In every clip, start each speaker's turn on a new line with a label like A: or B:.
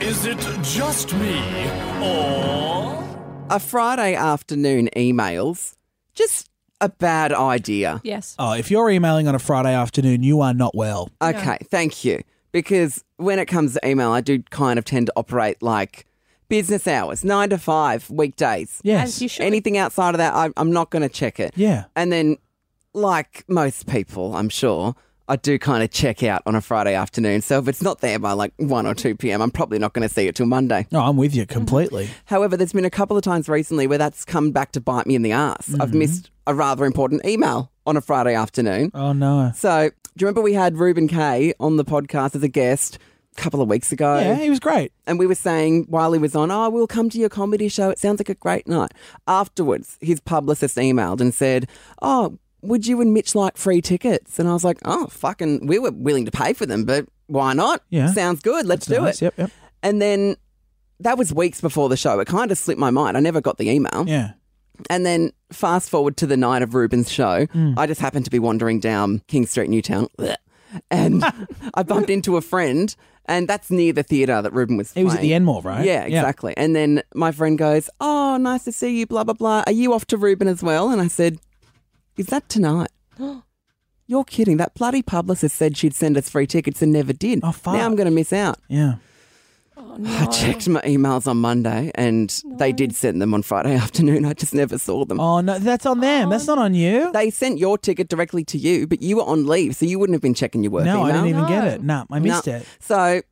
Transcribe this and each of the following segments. A: Is it just me, or
B: Are Friday afternoon emails just a bad idea?
C: Yes.
D: Oh, if you're emailing on a Friday afternoon, you are not well.
B: Okay, thank you. Because when it comes to email, I do kind of tend to operate like business hours, nine to five, weekdays.
D: Yes.
C: As you should.
B: Anything outside of that, I, I'm not going to check it.
D: yeah.
B: And then, like most people, I'm sure, I do kind of check out on a Friday afternoon. So if it's not there by like 1 or 2 p.m., I'm probably not going to see it till Monday.
D: No, I'm with you
B: Mm-hmm.
D: completely.
B: However, there's been a couple of times recently where that's come back to bite me in the ass. I've
D: Mm-hmm.
B: missed a rather important email on a Friday afternoon.
D: oh no.
B: So, do you remember we had Ruben Kay on the podcast as a guest a couple of weeks ago?
D: Yeah, he was great.
B: And we were saying while he was on, oh, we'll come to your comedy show. It sounds like a great night. Afterwards, his publicist emailed and said, oh, would you and Mitch like free tickets? And I was like, oh, fucking, we were willing to pay for them, but why not?
D: Yeah.
B: Sounds good. Let's do
D: Nice.
B: it.
D: Yep, yep.
B: And then that was weeks before the show. It kind of slipped my mind. I never got the email.
D: Yeah.
B: And then fast forward to the night of Ruben's show,
D: Mm.
B: I just happened to be wandering down King Street, Newtown, bleh, and I bumped into a friend, and that's near the theatre that Ruben was.
D: He was at the
B: playing.
D: Enmore, right?
B: Yeah, exactly. And then my friend goes, "Oh, nice to see you." Blah blah blah. Are you off to Ruben as well? And I said, "Is that tonight?" You're kidding. That bloody publicist said she'd send us free tickets and never did.
D: Oh, fuck.
B: Now I'm going to miss out.
D: Yeah.
C: Oh, no.
B: I checked my emails on Monday and they did send them on Friday afternoon. I just never saw them.
D: Oh no, that's on them. that's not on you.
B: They sent your ticket directly to you, but you were on leave, so you wouldn't have been checking your work
D: no,
B: email.
D: I didn't even
C: No.
D: get it. No, I missed
B: No.
D: it.
B: So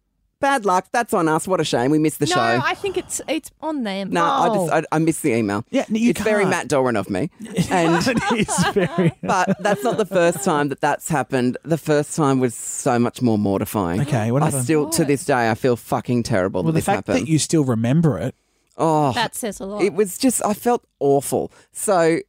B: bad luck. That's on us. What a shame. We missed the
C: no,
B: show.
C: I think it's it's on them.
B: no, I just I, I missed the email.
D: Yeah, no, Oh. you
B: it's very
D: can't.
B: Matt Doran of me. And
D: it is very.
B: but that's not the first time that that's happened. The first time was so much more mortifying.
D: Okay, what
B: I
D: happened?
B: still to this day I feel fucking terrible
D: Well,
B: that
D: the
B: this
D: fact
B: happened.
D: that you still remember it.
B: oh,
C: that says a lot.
B: It was just, I felt awful. So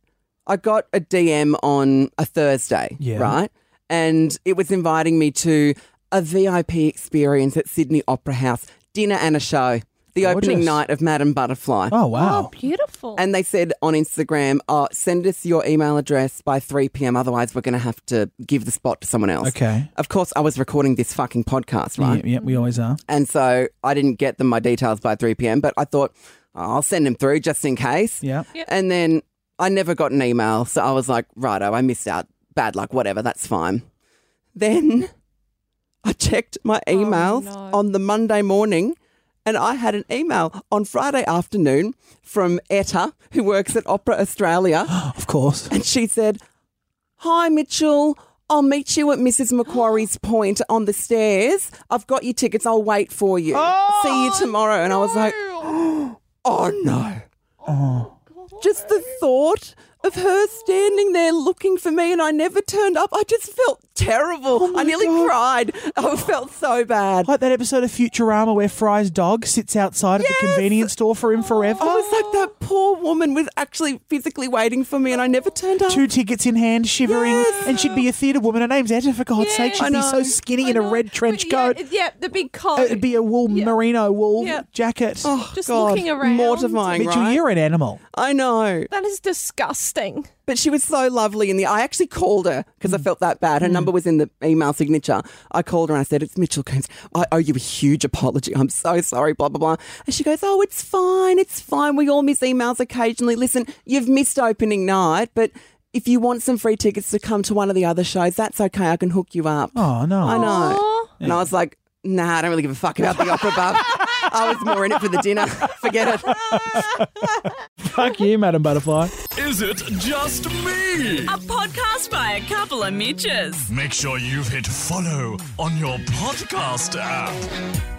B: I got a DM on a Thursday,
D: Yeah.
B: right? And it was inviting me to a VIP experience at Sydney Opera House, dinner and a show, the opening
D: Gorgeous.
B: night of Madame Butterfly.
D: Oh wow.
C: Oh, beautiful.
B: And they said on Instagram, oh, send us your email address by 3 p.m. Otherwise, we're going to have to give the spot to someone else.
D: Okay.
B: Of course, I was recording this fucking podcast, right?
D: Yeah, yeah, we always are.
B: And so I didn't get them my details by 3 p.m., but I thought, oh, I'll send them through just in case.
D: Yeah.
C: Yep.
B: And then I never got an email. So I was like, righto, I missed out. Bad luck, whatever, that's fine. Then I checked my emails
C: no.
B: on the Monday morning and I had an email on Friday afternoon from Etta, who works at Opera Australia.
D: Of course.
B: And she said, Hi, Mitchell. I'll meet you at Mrs. Macquarie's Point on the stairs. I've got your tickets. I'll wait for you. See you tomorrow. And I was like, Oh no. Just the thought of her standing there looking for me and I never turned up. I just felt terrible. I nearly cried. I felt so bad.
D: Like that episode of Futurama where Fry's dog sits outside of the convenience store for him forever.
B: I was like, that poor woman was actually physically waiting for me and I never turned up.
D: Two tickets in hand, shivering,
B: Yes.
D: and she'd be a theatre woman. Her name's Etta, for God's sake.
C: I
D: She'd be so
B: know.
D: skinny
C: I
D: in a
C: know.
D: red trench
C: But yeah,
D: coat.
C: it- Yeah, the big coat.
D: It'd be a wool merino wool
C: Yeah.
D: jacket.
B: Oh,
C: Just
B: God.
C: looking around.
B: Mortifying,
D: Mitchell,
B: right?
D: you're an animal.
B: I know.
C: that is disgusting.
B: But she was so lovely in the. I actually called her because I felt that bad. Her number was in the email signature. I called her and I said, "It's Mitchell Coons. I owe you a huge apology. I'm so sorry." Blah blah blah. And she goes, "Oh, it's fine. It's fine. We all miss emails occasionally. Listen, you've missed opening night, but if you want some free tickets to come to one of the other shows, that's okay. I can hook you up."
D: Oh no.
B: I know.
C: Aw.
B: And I was like, "Nah, I don't really give a fuck about the opera, bub. I was more in it for the dinner. Forget it."
D: Fuck you, Madam Butterfly.
A: is it just me?
E: A podcast by a couple of Mitches.
A: Make sure you've hit follow on your podcast app.